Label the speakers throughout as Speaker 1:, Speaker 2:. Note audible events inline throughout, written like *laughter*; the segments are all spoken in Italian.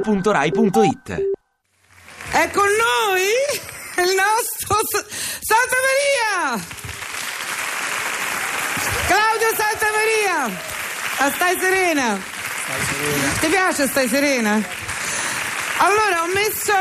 Speaker 1: radio2pod.rai.it
Speaker 2: È con noi il nostro S- Santa Maria! Claudio Santa Maria! Ah, stai serena? Ti piace stai serena? Allora ho messo.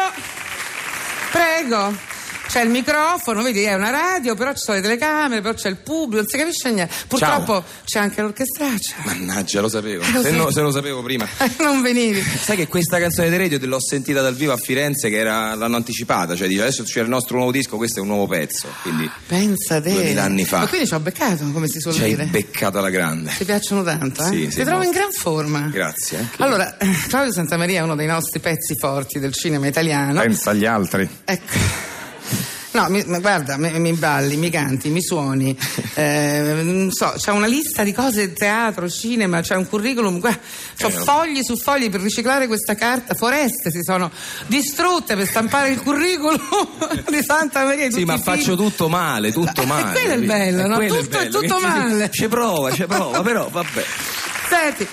Speaker 2: Prego. C'è il microfono, vedi, è una radio, però ci sono le telecamere, però c'è il pubblico, non si capisce niente. Purtroppo c'è anche l'orchestraccia.
Speaker 3: Mannaggia, lo sapevo.
Speaker 2: *laughs* Lo
Speaker 3: Se, no-
Speaker 2: sapevo.
Speaker 3: se lo sapevo prima.
Speaker 2: *laughs* Non venivi.
Speaker 3: Sai che questa canzone di radio te l'ho sentita dal vivo a Firenze che era- l'hanno anticipata, cioè dice adesso c'è il nostro nuovo disco, questo è un nuovo pezzo, quindi
Speaker 2: Pensa te.
Speaker 3: 2000 anni fa.
Speaker 2: Ma quindi ci ho beccato, come si suol
Speaker 3: ci hai
Speaker 2: dire.
Speaker 3: beccato alla grande.
Speaker 2: Ti piacciono tanto, eh?
Speaker 3: Sì,
Speaker 2: Ti
Speaker 3: sì,
Speaker 2: trovo
Speaker 3: molto.
Speaker 2: in gran forma.
Speaker 3: Grazie. eh. anche
Speaker 2: Allora, eh, Claudio Santamaria è uno dei nostri pezzi forti del cinema italiano.
Speaker 4: Pensa agli altri.
Speaker 2: Ecco. No, mi- ma guarda, mi, mi balli, mi canti, mi
Speaker 3: *laughs*
Speaker 2: suoni, eh, non so, c'è una lista di cose, teatro, cinema, c'è un curriculum, guarda, c'ho
Speaker 3: Eh, no.
Speaker 2: fogli su fogli per riciclare questa carta, foreste si sono distrutte per stampare il curriculum *laughs* di Santa Maria.
Speaker 3: Sì, ma faccio tutto male, tutto
Speaker 2: E
Speaker 3: male.
Speaker 2: quello è il
Speaker 3: capito?
Speaker 2: bello,
Speaker 3: E
Speaker 2: no?
Speaker 3: quello
Speaker 2: Tutto è
Speaker 3: bello,
Speaker 2: tutto
Speaker 3: che ci si-
Speaker 2: male.
Speaker 3: Ci prova, ci prova, però vabbè.
Speaker 2: Senti.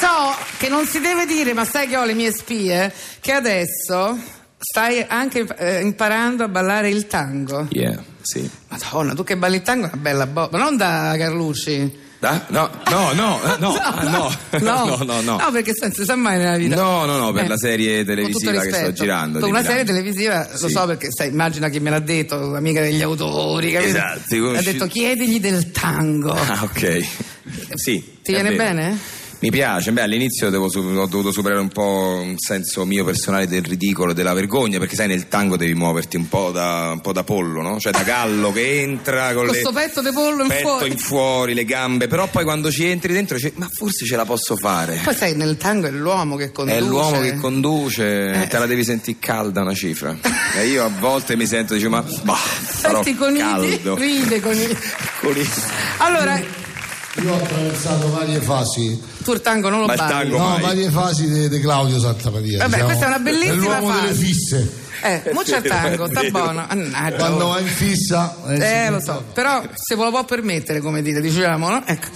Speaker 2: So che non si deve dire, ma sai che ho le mie spie, che adesso stai anche eh, imparando a ballare il tango.
Speaker 3: Yeah, sì.
Speaker 2: Madonna, tu che balli il tango è una bella boba, non da Carlucci.
Speaker 3: Ah, No, no, no, eh,
Speaker 2: *laughs*
Speaker 3: no, ah, no, no, no, no.
Speaker 2: No, perché senza sa mai nella vita.
Speaker 3: No, no, no, per
Speaker 2: Eh,
Speaker 3: la serie
Speaker 2: con tutto
Speaker 3: televisiva che sto
Speaker 2: rispetto.
Speaker 3: girando.
Speaker 2: Con
Speaker 3: di
Speaker 2: una
Speaker 3: Milano.
Speaker 2: serie televisiva, lo
Speaker 3: Sì.
Speaker 2: so perché sai, immagina chi me l'ha detto, amica degli autori, capito?
Speaker 3: Esatto, come
Speaker 2: Ha
Speaker 3: ci-
Speaker 2: detto chiedigli del tango.
Speaker 3: Ah, ok. *laughs* Sì.
Speaker 2: Ti
Speaker 3: è
Speaker 2: viene
Speaker 3: vero.
Speaker 2: bene?
Speaker 3: Mi piace, beh all'inizio devo su- ho dovuto superare un po' un senso mio personale del ridicolo e della vergogna, perché sai nel tango devi muoverti un po' da, un po' da pollo, no? Cioè da gallo
Speaker 2: *laughs*
Speaker 3: che entra con
Speaker 2: Con
Speaker 3: le...
Speaker 2: sto petto di pollo in
Speaker 3: petto
Speaker 2: fuori.
Speaker 3: in fuori, le gambe, però poi quando ci entri dentro dici ma forse ce la posso fare.
Speaker 2: Poi sai, nel tango è l'uomo che conduce. Eh.
Speaker 3: È l'uomo che conduce, te la devi sentire calda una cifra. E io a volte mi sento dice ma
Speaker 2: *laughs*
Speaker 3: bah, farò
Speaker 2: Senti con
Speaker 3: caldo. Mm.
Speaker 2: ride con i...
Speaker 3: Con i-
Speaker 2: Allora,
Speaker 5: Io ho attraversato varie fasi,
Speaker 2: tu il tango non lo
Speaker 3: Ma il
Speaker 2: balli.
Speaker 3: tango-
Speaker 5: no,
Speaker 3: Ormai.
Speaker 5: varie fasi di di Claudio Santamaria.
Speaker 2: Vabbè, questa è una bellissima
Speaker 5: l'uomo
Speaker 2: fase.
Speaker 5: delle fisse.
Speaker 2: Eh, mo c'è il
Speaker 3: *laughs*
Speaker 2: tango, sta buono. Mannaggia,
Speaker 5: Quando
Speaker 2: oh.
Speaker 5: va in fissa,
Speaker 2: Eh, lo so, però se ve lo può permettere, come dite, diciamo, no? Ecco.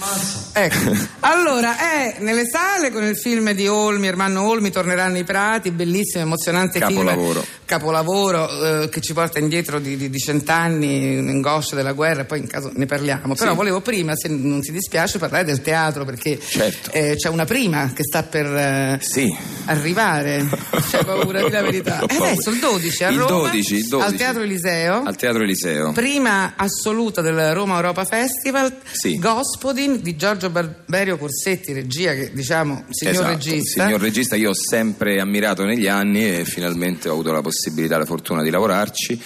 Speaker 2: Ecco. Allora, è nelle sale con il film di Olmi, Ermanno Olmi, Torneranno i Prati, bellissimo, emozionante
Speaker 3: Capolavoro.
Speaker 2: film. Capolavoro. eh, che ci porta indietro di, di- di cent'anni, un'angoscia della guerra, poi in caso ne parliamo. Però volevo prima, se non ti dispiace, parlare del teatro, perché
Speaker 3: Certo.
Speaker 2: eh, c'è una prima che sta per... eh,
Speaker 3: Sì.
Speaker 2: Arrivare, c'è paura di la verità.
Speaker 3: *laughs* Ho
Speaker 2: E
Speaker 3: paura.
Speaker 2: adesso il 12 a
Speaker 3: Il
Speaker 2: Roma,
Speaker 3: 12, il 12.
Speaker 2: al Teatro Eliseo.
Speaker 3: Al Teatro Eliseo.
Speaker 2: Prima assoluta del Roma Europa Festival,
Speaker 3: Sì.
Speaker 2: Gospodin di Giorgio Barberio Corsetti, regia che diciamo signor
Speaker 3: Esatto,
Speaker 2: regista.
Speaker 3: Signor regista, io ho sempre ammirato negli anni e finalmente ho avuto la possibilità, la fortuna di lavorarci.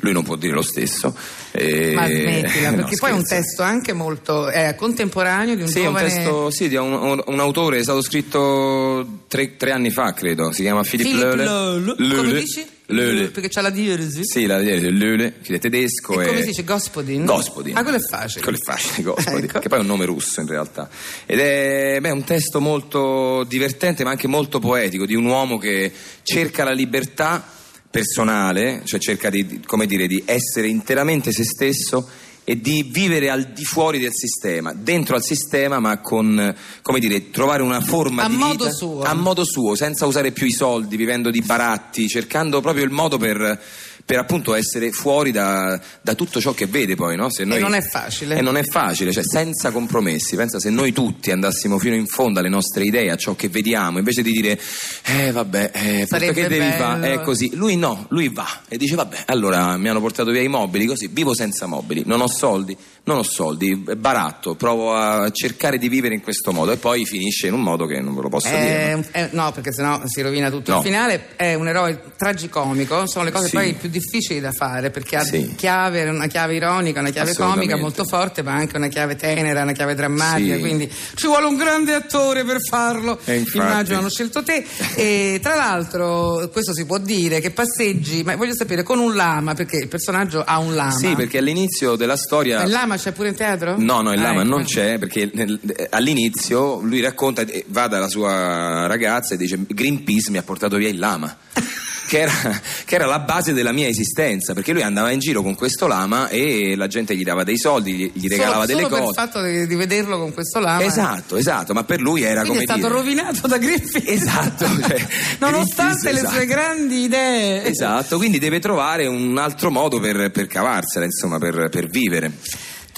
Speaker 3: Lui non può dire lo stesso. E-
Speaker 2: Ma smettila,
Speaker 3: *laughs* No,
Speaker 2: perché poi è un
Speaker 3: scherzo.
Speaker 2: testo anche molto è contemporaneo di un
Speaker 3: Sì, è un
Speaker 2: giovane
Speaker 3: testo, sì, di un, un- un autore, è stato scritto tre, tre anni fa, credo. Si chiama Philip,
Speaker 2: Philip
Speaker 3: Löhle.
Speaker 2: Löhle. Come
Speaker 3: Löhle.
Speaker 2: dici?
Speaker 3: Löhle.
Speaker 2: Perché c'ha la diuresi.
Speaker 3: Sì, la Löhle, che è
Speaker 2: e
Speaker 3: tedesco.
Speaker 2: come
Speaker 3: e-
Speaker 2: si dice Gospodin?
Speaker 3: Gospodin.
Speaker 2: Ah, quello è facile.
Speaker 3: Quello è facile, Gospodin,
Speaker 2: *laughs* Ecco.
Speaker 3: che poi è un nome russo in realtà. Ed è beh, un testo molto divertente ma anche molto poetico di un uomo che cerca la libertà personale, cioè cerca di, come dire, di essere interamente se stesso e di vivere al di fuori del sistema, dentro al sistema ma con, come dire, trovare una forma
Speaker 2: A
Speaker 3: di
Speaker 2: modo
Speaker 3: vita
Speaker 2: suo.
Speaker 3: a modo suo, senza usare più i soldi, vivendo di baratti, cercando proprio il modo per, per appunto essere fuori da, da tutto ciò che vede poi, no? Se noi-
Speaker 2: non è facile.
Speaker 3: E non è facile, cioè senza compromessi. Pensa se noi tutti andassimo fino in fondo alle nostre idee, a ciò che vediamo, invece di dire, eh vabbè, eh,
Speaker 2: Sarebbe
Speaker 3: perché che devi
Speaker 2: bello."
Speaker 3: fare? È così. Lui no, lui va e dice, vabbè, allora mi hanno portato via i mobili, così vivo senza mobili, non ho soldi, non ho soldi, baratto, provo a cercare di vivere in questo modo e poi finisce in un modo che non ve lo
Speaker 2: Eh,
Speaker 3: posso dire.
Speaker 2: È- è- no, perché sennò si rovina tutto.
Speaker 3: No.
Speaker 2: Il finale è un eroe tragicomico, sono le cose
Speaker 3: Sì.
Speaker 2: poi più difficili da fare perché ha
Speaker 3: Sì.
Speaker 2: chiave, una chiave ironica, una chiave comica
Speaker 3: Assolutamente.
Speaker 2: molto forte, ma anche una chiave tenera, una chiave drammatica.
Speaker 3: Sì.
Speaker 2: Quindi ci vuole un grande attore per farlo.
Speaker 3: E infatti.
Speaker 2: Immagino hanno scelto te. E tra l'altro, questo si può dire che passeggi, ma voglio sapere, con un lama, perché il personaggio ha un lama.
Speaker 3: Sì, perché all'inizio della storia.
Speaker 2: Ma Il lama c'è pure in teatro?
Speaker 3: No, no, il
Speaker 2: Ah,
Speaker 3: lama
Speaker 2: ecco.
Speaker 3: non c'è perché nel- eh, all'inizio
Speaker 2: *laughs*
Speaker 3: lui racconta, eh, va dalla sua ragazza e dice Greenpeace mi ha portato via il lama. che era, che era la base della mia esistenza, perché lui andava in giro con questo lama e la gente gli dava dei soldi, gli, gli regalava
Speaker 2: solo,
Speaker 3: delle
Speaker 2: solo per il
Speaker 3: cose.
Speaker 2: fatto di, di vederlo con questo lama.
Speaker 3: Esatto, esatto, ma per lui era
Speaker 2: Quindi è stato
Speaker 3: come dire...
Speaker 2: rovinato da Griffith. *laughs*
Speaker 3: Esatto, cioè,
Speaker 2: Nonostante
Speaker 3: Griffiths,
Speaker 2: le sue
Speaker 3: esatto.
Speaker 2: grandi idee.
Speaker 3: Esatto, quindi deve trovare un altro modo per, per cavarsela, insomma, per, per vivere.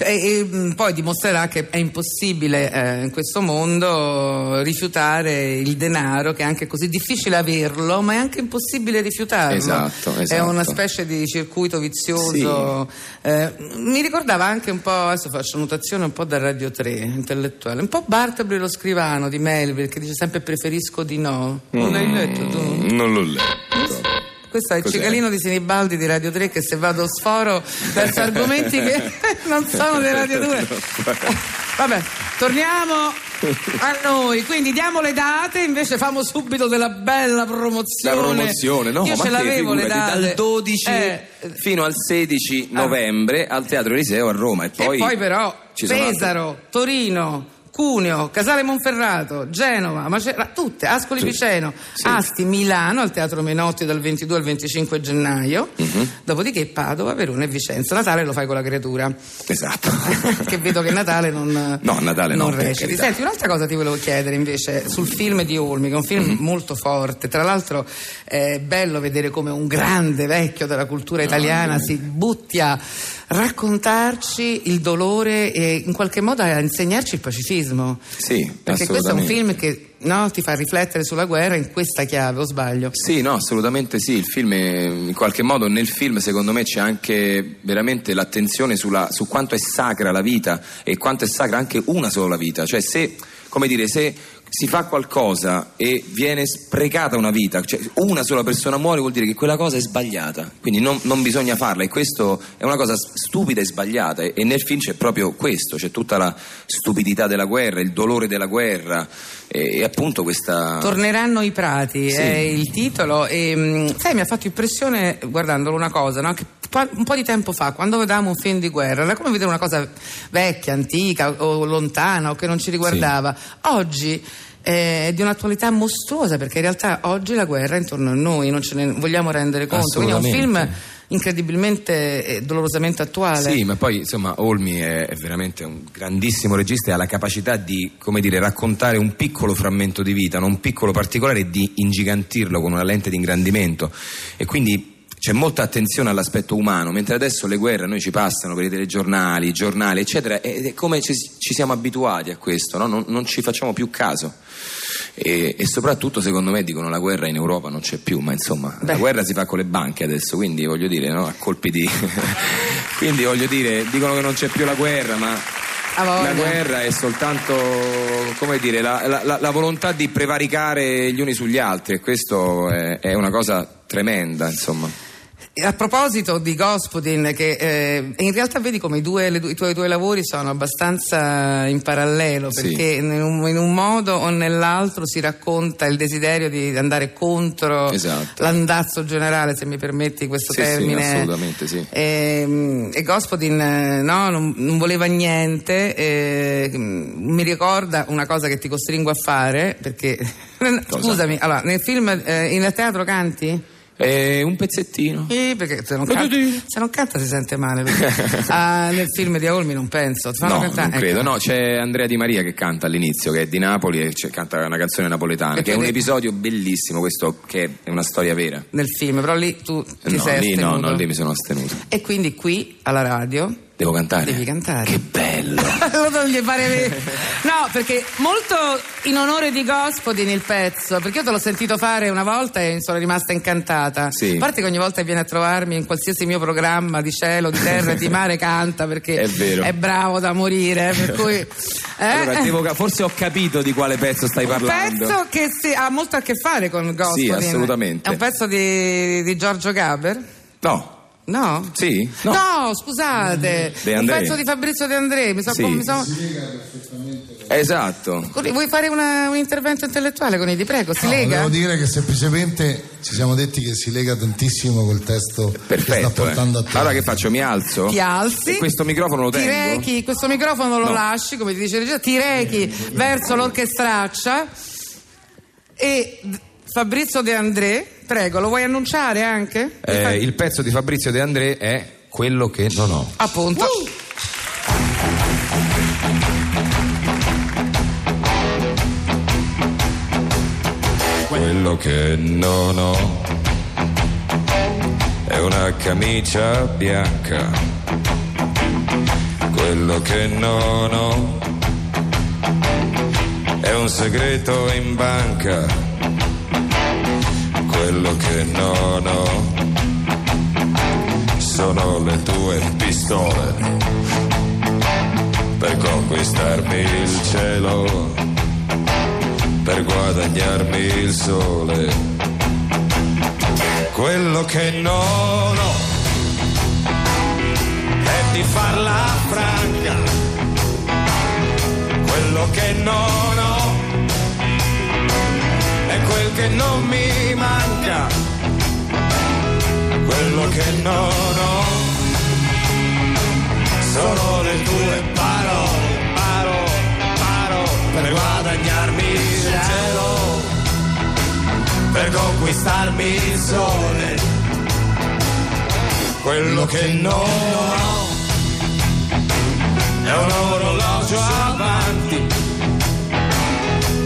Speaker 2: E, e, mh, poi dimostrerà che è impossibile eh, in questo mondo rifiutare il denaro, che è anche così difficile averlo, ma è anche impossibile rifiutarlo.
Speaker 3: Esatto,
Speaker 2: È
Speaker 3: esatto.
Speaker 2: una specie di circuito vizioso. Eh, mi ricordava anche un po', adesso faccio notazione un po' da Radio 3, intellettuale, un po' Bartoli lo scrivano di Melville, che dice sempre preferisco di no.
Speaker 3: Mm.
Speaker 2: Non l'hai letto tu?
Speaker 3: Non l'ho letto.
Speaker 2: Questo è il
Speaker 3: Cos'è?
Speaker 2: cicalino di Sinibaldi di Radio 3 che se vado sforo verso argomenti
Speaker 3: *laughs*
Speaker 2: che *laughs* non sono di Radio 2. Vabbè, torniamo a noi, quindi diamo le date, invece famo subito della bella promozione.
Speaker 3: La promozione, no?
Speaker 2: Io
Speaker 3: ma
Speaker 2: ce
Speaker 3: te
Speaker 2: l'avevo le
Speaker 3: figurati,
Speaker 2: date.
Speaker 3: Dal 12
Speaker 2: Eh, ah.
Speaker 3: fino al 16 novembre al Teatro Eliseo a Roma. E poi,
Speaker 2: e poi però
Speaker 3: ci sono altri-
Speaker 2: Pesaro, Torino, Cuneo, Casale Monferrato, Genova, Macera, tutte, Ascoli Piceno,
Speaker 3: Sì.
Speaker 2: Asti, Milano al Teatro Menotti dal 22 al 25 gennaio,
Speaker 3: Mhm.
Speaker 2: dopodiché Padova, Verona e Vicenza. Natale lo fai con la creatura.
Speaker 3: Esatto. *laughs*
Speaker 2: che vedo che Natale non
Speaker 3: No, Natale no,
Speaker 2: non
Speaker 3: per
Speaker 2: reciti.
Speaker 3: carità.
Speaker 2: Senti, un'altra cosa ti volevo chiedere invece sul film di Olmi, che è un film
Speaker 3: Mm-hmm.
Speaker 2: molto forte. Tra l'altro è bello vedere come un grande vecchio della cultura italiana si butti a raccontarci il dolore e in qualche modo a insegnarci il pacifismo.
Speaker 3: Sì,
Speaker 2: Perché questo è un
Speaker 3: assolutamente.
Speaker 2: film che no, ti fa riflettere sulla guerra in questa chiave, o sbaglio?
Speaker 3: Sì, no, assolutamente sì. Il film, è- in qualche modo, nel film, secondo me, c'è anche veramente l'attenzione sulla- su quanto è sacra la vita e quanto è sacra anche una sola vita. Cioè, se, come dire, se si fa qualcosa e viene sprecata una vita, cioè una sola persona muore, vuol dire che quella cosa è sbagliata. Quindi non, non bisogna farla. E questo è una cosa s- stupida e sbagliata. E, e nel film c'è proprio questo: c'è tutta la stupidità della guerra, il dolore della guerra e, e appunto questa.
Speaker 2: Torneranno i prati
Speaker 3: Ah. Sì.
Speaker 2: è il titolo e mh, sai mi ha fatto impressione guardandolo una cosa no? Che pa- un po' di tempo fa quando vedevamo un film di guerra era come vedere una cosa vecchia, antica o lontana o che non ci riguardava oggi eh, è di un'attualità mostruosa perché in realtà oggi la guerra è intorno a noi non ce ne vogliamo rendere conto quindi è un film
Speaker 3: Assolutamente.
Speaker 2: incredibilmente e dolorosamente attuale
Speaker 3: Sì, ma poi insomma Olmi è, è veramente un grandissimo regista e ha la capacità di, come dire, raccontare un piccolo frammento di vita, no? un piccolo particolare e di ingigantirlo con una lente di ingrandimento. E quindi c'è molta attenzione all'aspetto umano, mentre adesso le guerre a noi ci passano per i telegiornali, i giornali, eccetera, ed è come ci, ci siamo abituati a questo, no? non, non ci facciamo più caso. E, e soprattutto, secondo me, dicono la guerra in Europa non c'è più, ma insomma,
Speaker 2: Beh.
Speaker 3: la guerra si fa con le banche adesso, quindi voglio dire, no? a colpi di. *laughs* quindi voglio dire, dicono che non c'è più la guerra, ma.
Speaker 2: Ha voglia.
Speaker 3: La guerra è soltanto, come dire, la, la- la- la volontà di prevaricare gli uni sugli altri e questo è, è una cosa tremenda, insomma.
Speaker 2: E A proposito di Gospodin, che eh, in realtà vedi come i, due- le due- i tuoi due lavori sono abbastanza in parallelo,
Speaker 3: Sì.
Speaker 2: perché in, un, in un modo o nell'altro si racconta il desiderio di andare contro
Speaker 3: Esatto.
Speaker 2: l'andazzo generale, se mi permetti questo
Speaker 3: Sì, sì,
Speaker 2: termine.
Speaker 3: assolutamente, sì.
Speaker 2: E, e Gospodin eh, no, non, non voleva niente, eh, mi ricorda una cosa che ti costringo a fare, perché... *laughs* Scusami, allora, nel film, eh, in teatro canti?
Speaker 3: È un pezzettino.
Speaker 2: Eh, perché se non,
Speaker 3: Lo
Speaker 2: canta,
Speaker 3: dici?
Speaker 2: se non canta si sente male.
Speaker 3: *laughs*
Speaker 2: perché- Ah, nel film di Olmi non penso. Ti fanno
Speaker 3: No,
Speaker 2: cantare?
Speaker 3: non credo.
Speaker 2: Ecco.
Speaker 3: No, c'è Andrea Di Maria che canta all'inizio, che è di Napoli e c'è- canta una canzone napoletana,
Speaker 2: Perché
Speaker 3: che è un
Speaker 2: lei-
Speaker 3: episodio bellissimo questo, che è una storia vera.
Speaker 2: Nel film, però lì tu ti
Speaker 3: no,
Speaker 2: sei
Speaker 3: lì no,
Speaker 2: astenuto.
Speaker 3: no, lì mi sono astenuto.
Speaker 2: E quindi qui alla radio
Speaker 3: Devo cantare?
Speaker 2: Devi cantare.
Speaker 3: Eh, Che bello!
Speaker 2: *laughs* Lo toglie fare- No, perché molto in onore di Gospodi nel pezzo, perché io te l'ho sentito fare una volta e sono rimasta incantata.
Speaker 3: Sì.
Speaker 2: A parte che ogni volta che viene a trovarmi in qualsiasi mio programma di cielo, di terra, e di mare, canta perché
Speaker 3: È vero.
Speaker 2: bravo da morire. Per
Speaker 3: *laughs*
Speaker 2: cui, eh?
Speaker 3: Allora, devo ca- forse ho capito di quale pezzo stai parlando.
Speaker 2: Un pezzo che si- ha molto a che fare con Gospodin.
Speaker 3: Sì, assolutamente.
Speaker 2: È un pezzo di, di Giorgio Gaber?
Speaker 3: No.
Speaker 2: No?
Speaker 3: Sì? No. Mm,
Speaker 2: scusate.
Speaker 3: De
Speaker 2: un
Speaker 3: André.
Speaker 2: pezzo di Fabrizio De André. Mi so,
Speaker 3: Sì.
Speaker 2: mi so-
Speaker 3: Esatto.
Speaker 2: Vuoi fare una- un intervento intellettuale con Idi? Prego, si
Speaker 5: No,
Speaker 2: lega?
Speaker 5: Volevo dire che semplicemente ci siamo detti che si lega tantissimo col testo che sta
Speaker 3: Perfetto. eh.
Speaker 5: portando a te.
Speaker 3: Allora che faccio? Mi alzo?
Speaker 2: Ti alzi.
Speaker 3: E questo microfono lo
Speaker 2: Ti
Speaker 3: tengo?
Speaker 2: rechi, questo microfono lo
Speaker 3: No.
Speaker 2: lasci, come ti dice il regista, ti rechi verso l'orchestraccia e d- Fabrizio De André Prego, lo vuoi annunciare anche?
Speaker 3: Eh, il pezzo di Fabrizio De André è quello che non ho.
Speaker 2: Appunto.
Speaker 1: Quello che non ho è una camicia bianca. Quello che non ho è un segreto in banca. Quello che non ho sono le tue pistole per conquistarmi il cielo, per guadagnarmi il sole. Quello che non ho è di farla franca. Quello che non ho è quel che non mi manca. Quello che non ho sono le tue parole, parole, parole per guadagnarmi il cielo per conquistarmi il sole. Quello che non ho è un orologio avanti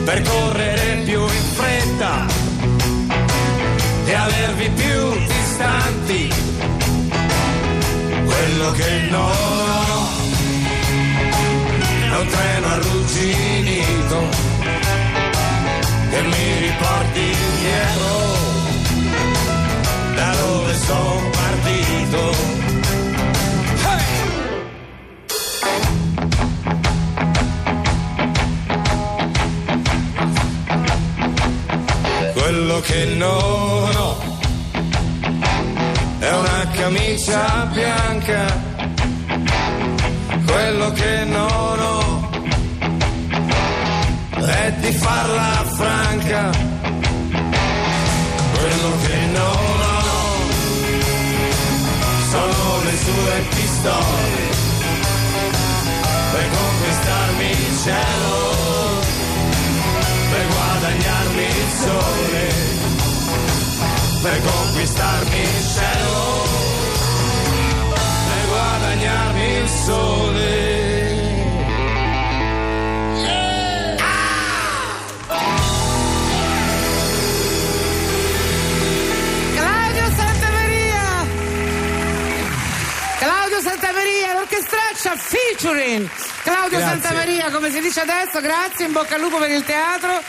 Speaker 1: per correre più in fretta e avervi più distanti. Quello che non ho è un treno arrugginito che mi riporti indietro da dove sono partito. Hey! Quello che non ho è una camicia bianca, quello che non ho è di farla franca. Quello che non ho sono le sue pistole per conquistarmi il cielo, per guadagnarmi il sole, per conquistarmi il cielo, per guadagnarmi il sole.
Speaker 2: Claudio Santamaria! Claudio Santamaria, l'orchestraccia featuring! Claudio
Speaker 4: Grazie.
Speaker 2: Santamaria, come si dice adesso, grazie, in bocca al lupo per il teatro.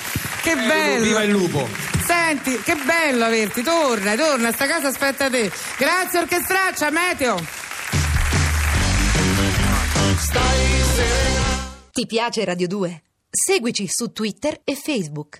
Speaker 2: Che bello!
Speaker 4: Eh, Viva il lupo.
Speaker 2: Senti, che bello averti, torna, torna, sta casa aspetta te. Grazie orchestraccia, Meteo.
Speaker 6: Ti piace Radio 2? Seguici su Twitter e Facebook.